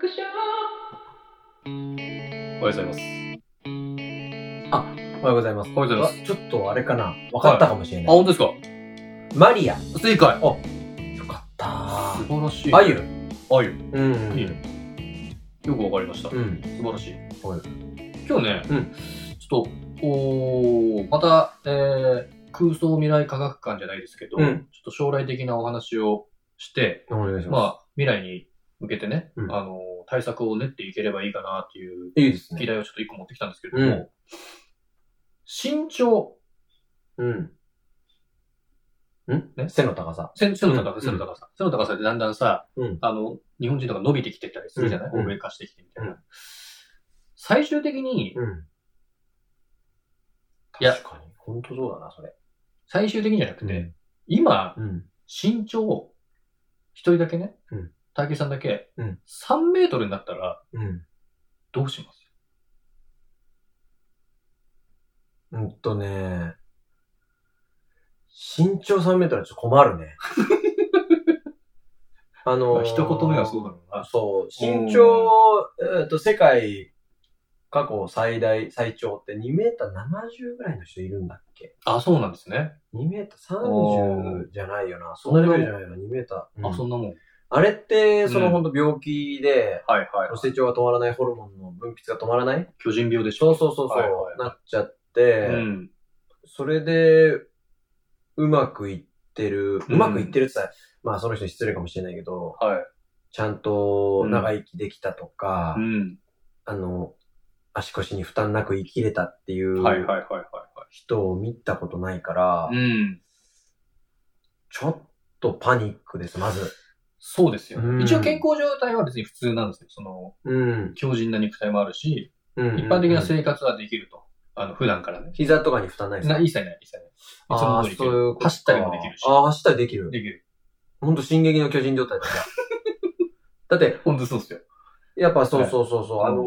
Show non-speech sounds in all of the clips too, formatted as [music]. クションおはようございます。おはようございます。おはようございますあちょっとあれかな。分かったかもしれあ、ない。本当ですかマリア。よ正解。かった素晴らしい。あゆ。あゆ。うんいいね。よくわかりました。う素ん。晴らしい。はい今日ね、うんちょっと、おーまた、えー空想未来科学館じゃないですけど、うんちょっと将来的なお話をして、お願いします。まあ、未来に向けてね、うんあの、対策を練っていければいいかなっていういいです議ね。題をちょっと一個持ってきたんですけれどうんも、身長、うん。んね背の高さ。背背の高うんさ、背の高さ。背の高さってだんだんさ、うんあの、日本人とか伸びてきてたりするじゃないうん欧米化してきてみたいな。う最終的に、うん。いや確かに。本当そうだな、それ。最終的にじゃなくて、今、うん。身長、一人だけねうん、竹、井さんだけ、うん3メートルになったらうん。どうしますうんとね、身長3メートルはちょっと困 [laughs] るね。あのまーあ一言目はそうだろうな。そう、うん身長、えっと、世界過去最大、最長って2メーター70ぐらいの人いるんだっけあ、そうなんですね。 2メーターお30じゃないよな。そんそんななレレベベルルじゃないよな、2メーター。あ、そんなもん。あれって、そうんの本当病気で、はいはい。成長が止まらない、ホルモンの分泌が止まらない巨人病でしそょ。うそうそう、そうはいはいなっちゃって、うん。それで、うまくいってる。うんうまくいってるって言ったら、まあその人に失礼かもしれないけど、はい。ちゃんと長生きできたとか、うん。あの、足腰に負担なく生きれたっていうはいはいはいはいは人を見たことないから、い。うん。ちょっとパニックです、まず。そうですよ、うん一応健康状態は別に普通なんですよ。その、うん。強靭な肉体もあるし、うん一般的な生活はできると。あの、普段からね。膝とかに負担ないですな、か一切ない、一切ない。いつあもあ通りー、行けそういうることか走ったりもできるし。ああ、走ったりできる。できる。ほんと、進撃の巨人状態だじゃん [laughs] だって、ほんとそうっすよ。やっぱそうそうそうそう、はいあの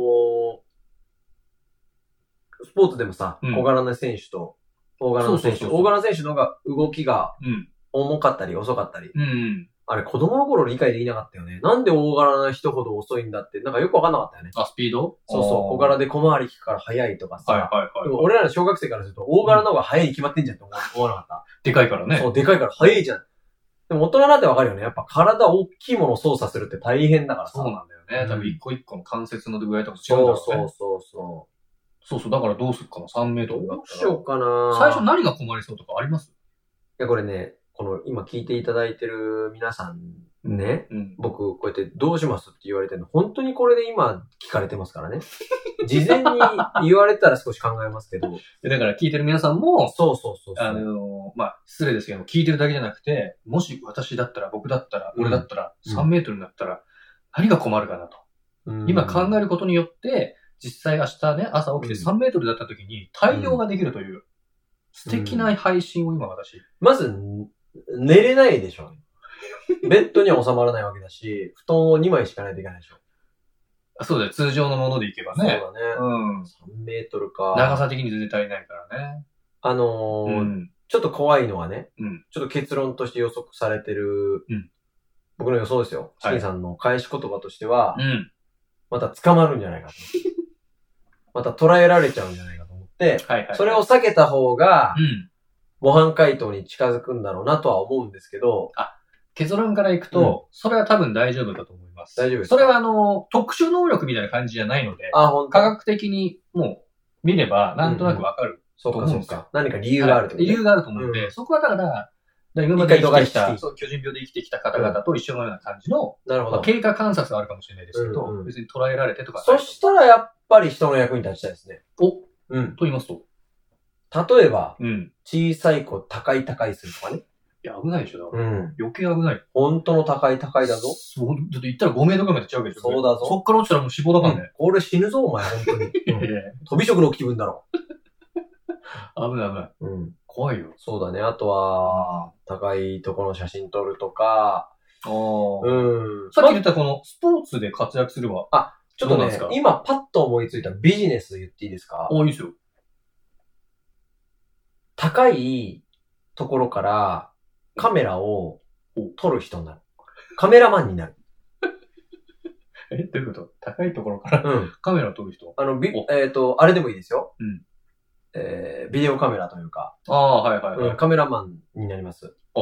ースポーツでもさ、うん小柄な選手と、大柄なそう選手。そうそうそう大柄な選手の方が動きがうん。重かったり遅かったり。うんうん。あれ、子供の頃理解できなかったよね。なんで大柄な人ほど遅いんだって、なんかよくわかんなかったよね。あ、スピードそうそう、小柄で小回り利くから速いとかさ。はいはいではいもはい。俺らの小学生からすると、大柄の方が速いに決まってんじゃんって思わ思わなかでかいからった。ね。そう、でかいから速いじゃん。でも大人なんてわかるよね。やっぱ体大きいものを操作するって大変だからさ。そうなんだよね。うん多分一個一個の関節の具合とか違うんだそうろうそねう。そうそそうそう。だからどうするかな ?3 メーう。トルだどっうしたらようかな最初何が困りそうとかありますいや、これね、この今聞いていただいてる皆さんね、うん。僕こうやってどうしますって言われてるの、本当にこれで今聞かれてますからね。事前に言われたら少し考えますけど。でだから聞いてる皆さんも、そうそうそうそう。あのーまあ、失礼ですけど、聞いてるだけじゃなくて、もし私だったら、僕だったら、うん俺だったら、うん3メートルになったら、何が困るかなと。うん今考えることによって、実際明日ね、朝起きてうん3メートルだった時に対応ができるという、素敵な配信を今私、まず、寝れないでしょうね。ベッドには収まらないわけだし、布団を2枚敷かないといけないでしょ。あそうだよ、通常のものでいけばそうだねね。。うん。 3メートルか。長さ的に全然足りないからね。あのうーん。ちょっと怖いのはね、うんちょっと結論として予測されてる、うん僕の予想ですよ。チはいキンさんの返し言葉としては、うん。また捕まるんじゃないかと。 [laughs] また捉えられちゃうんじゃないかと思って、はいはい。それを、避けた方がう、ん。模範解答に近づくんだろうなとは思うんですけど、結論からいくと、それは多分大丈夫だと思います。大丈夫ですそかれはあのー、特殊能力みたいな感じじゃないので、あ、ほん科と、学的にもう見れば、なんとなくわかる。そうと思かうそんでうすよか。何か理由があるってこと理ね由があると思うんで、うそこはだから、だから今まで生きてき理解度た、がそう、巨人病で生きてきた方々と一緒のような感じの、なるほまあ、ど。経過観察はあるかもしれないですけど、うんうん別に捉えられてとかはなそいと思うしたらやっぱり人の役に立ちたいですね。お、とうん。言いますと。例えば、うん。小さい子高い高いするとかね。いや、危ないでしょ、だから。うん。余計危ない。本当の高い高いだぞ。そう、だって言ったら5名とかまでちゃうわけでしょ。そうだぞそっから落ちたらもう死亡だからね。俺死ぬぞ、お前、本 [laughs] 当に。いやいやいや飛び職の気分だろ。危ない危ない。うん。怖いよ。そうだね。あとは、あ高いとこの写真撮るとか、あー。うん。さっきま言ったこの、スポーツで活躍すれば、ちょっどうとなんですねか、今パッと思いついたビジネス言っていいですか多いですよ。高いところからカメラを撮る人になる。カメラマンになる。え、どういうこと高いところからうん。カメラを撮る人あの、びお、えっ、と、あれでもいいですよ。うんえービデオカメラというか、ああ、はいはいはい。うんカメラマンになります。あ、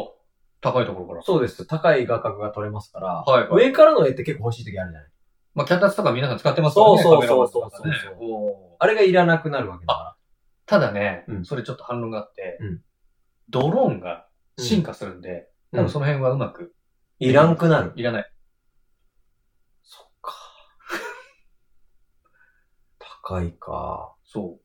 高いところから。そうです。高い画角が撮れますから、はいはい。上からの絵って結構欲しい時あるじゃないまあ、キャタツとか皆さん使ってますからね。そうそうカメラマンとかそうそうそうねおーあれがいらなくなるわけだかただね、うんそれちょっと反論があって、うんドローンが進化するんで、うん多分その辺はうまくら。いらんくなる。いらない。そっか。 [laughs] 高いか。そ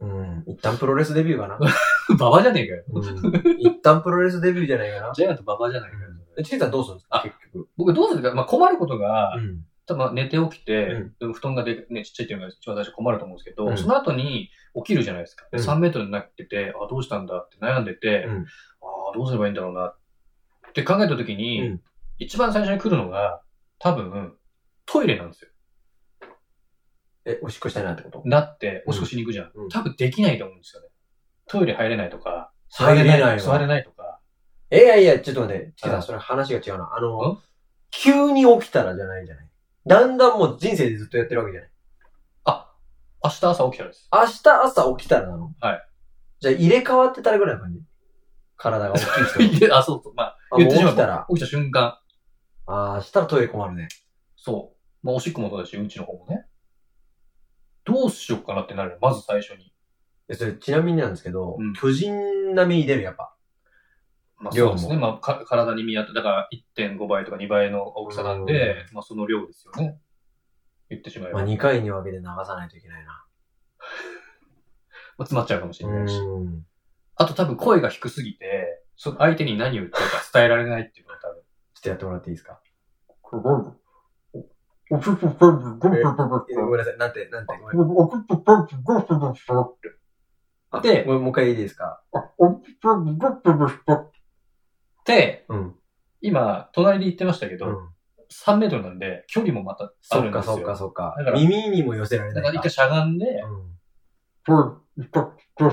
うん。一旦プロレスデビュ [laughs] ーかな。う。ババじゃねえかよ。うん。一旦プロレスデビューじゃないかな。ジャイアントババじゃないかよ。え、チキンさんどうするんですかあ結局。僕どうするか、まあ、困ることが、ん。多分寝て起きて、うんでも布団がで、ね、ちっちゃいっていうのが一番最初困ると思うんですけど、うんその後に起きるじゃないですか。でうん3メートルになってて、あ、どうしたんだって悩んでて、うんああ、どうすればいいんだろうなって考えた時に、うん一番最初に来るのが、多分、トイレなんですよ。え、おしっこしたいなってことなって、おしっこしに行くじゃん。うん多分できないと思うんですよね。トイレ入れないとか、入れないわ座れないとか。え、いやいや、ちょっと待って。チキンさうんん、それ話が違うな。あんの、急に起きたらじゃないじゃない。だんだんもう人生でずっとやってるわけじゃない。あ、明日朝起きたらです。明日朝起きたらなのはい。じゃあ入れ替わってたらぐらいの感じ。体が大きい人。 [laughs] いやあ、そうそう。まあ、あ言ってしまもう起きうたらと、起きた瞬間、ああ、したらトイレ困るね。そう。まあ、おしっこもそうだし、うんちの方もね。どうしようかなってなるのまず最初に。えそれ、ちなみになんですけど、うん巨人並みに出る、やっぱ。まあ、量そうもですね。まあ、か体に見合って、だから1.5倍とか2倍の大きさなんで、まあ、その量ですよね。言ってしまえば。まあ、ま2回に分けて流さないといけないな。あ詰まっちゃうかもしれないし。ん。あと多分声が低すぎて、その相手に何を言ってるか伝えられないっていうのが多分。ちょっとやってもらっていいですかえごめんなさい。なんて、なんて、ごめん。あでもうもう一回いいですかで、うん。今、隣で言ってましたけうど、ん。 3メートルなんで、距離もまたあそるっんでかすよ。そっかそっかだか。ら耳にも寄せられなだいから一回しゃがんで、うん。で、本当に何言っ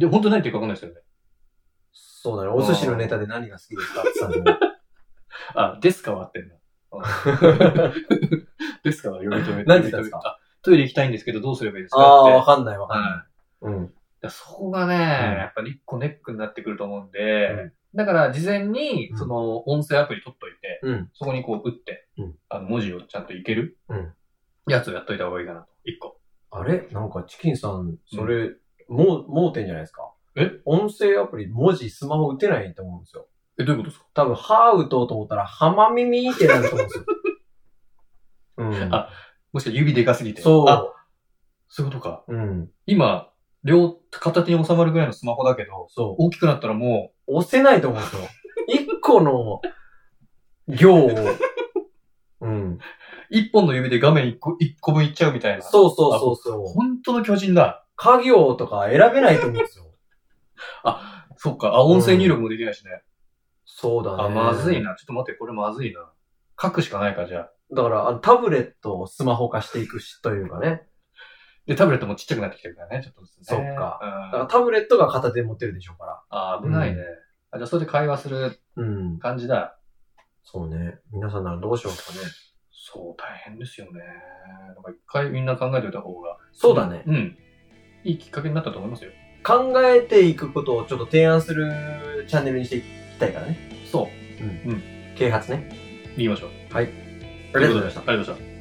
てるか分かんないですよね。そうだね。お寿司のネタで何が好きですかって言ってたんだあ、ですかは合ってんな。けですかは呼び止め何て言ったんですかあトイレ行きたいんですけど、どうすればいいですどかああ、っわて。かんないわかんはないい。うん。だからそこがね、やっぱり一個ネックになってくると思うんで、うだから事前にう、んその、音声アプリ取っといて、うん。そこにこう打って、うんあの文字をちゃんといける、うんやつをやっといた方がいいかなと。一個。あれなんかチキンさん、それ、もう、盲点じゃないですかえ音声アプリ、文字、スマホ打てないと思うんですよ。え、どういうことですか多分、歯打とうと思ったら、浜耳ってなると思う [laughs] んですよ。うん。あもしかして指でかすぎて。あ、そそういうことか。う。うん。今、両、片手に収まるぐらいのスマホだけど、そう。大きくなったらも押せないと思うんですよ。一個の行を。うん。う、一本の指で画面一個、一個分いっちゃうみたいな。そうそうそうそう。本当の巨人だ。家業とか選べないと思うんですよ。あ、そっか。あ、音声入力もできないしね。そうだね。あ、まずい。な。ちょっと待って、これまずいな。書くしかないか、じゃあ。だから、あのタブレットをスマホ化していくし、というかね。で、タブレットもちっちゃくなってきてるからね、ちょっとずつね。そっかだうからん、タブレットが片手で持ってるでしょうかあ、危ないね。あじゃあ、それで会話するら。うん。感じだ。そうね。皆さんならどうしようかね。そう、大変ですよね。なんか一回みんな考えておいた方が。そうだね。うん。いいきっかけになったと思いますよ。考えていくことをちょっと提案するチャンネルにしていきたいからね。そう。啓発ね。言いましょう。ありがとうございました。ありがとうございました。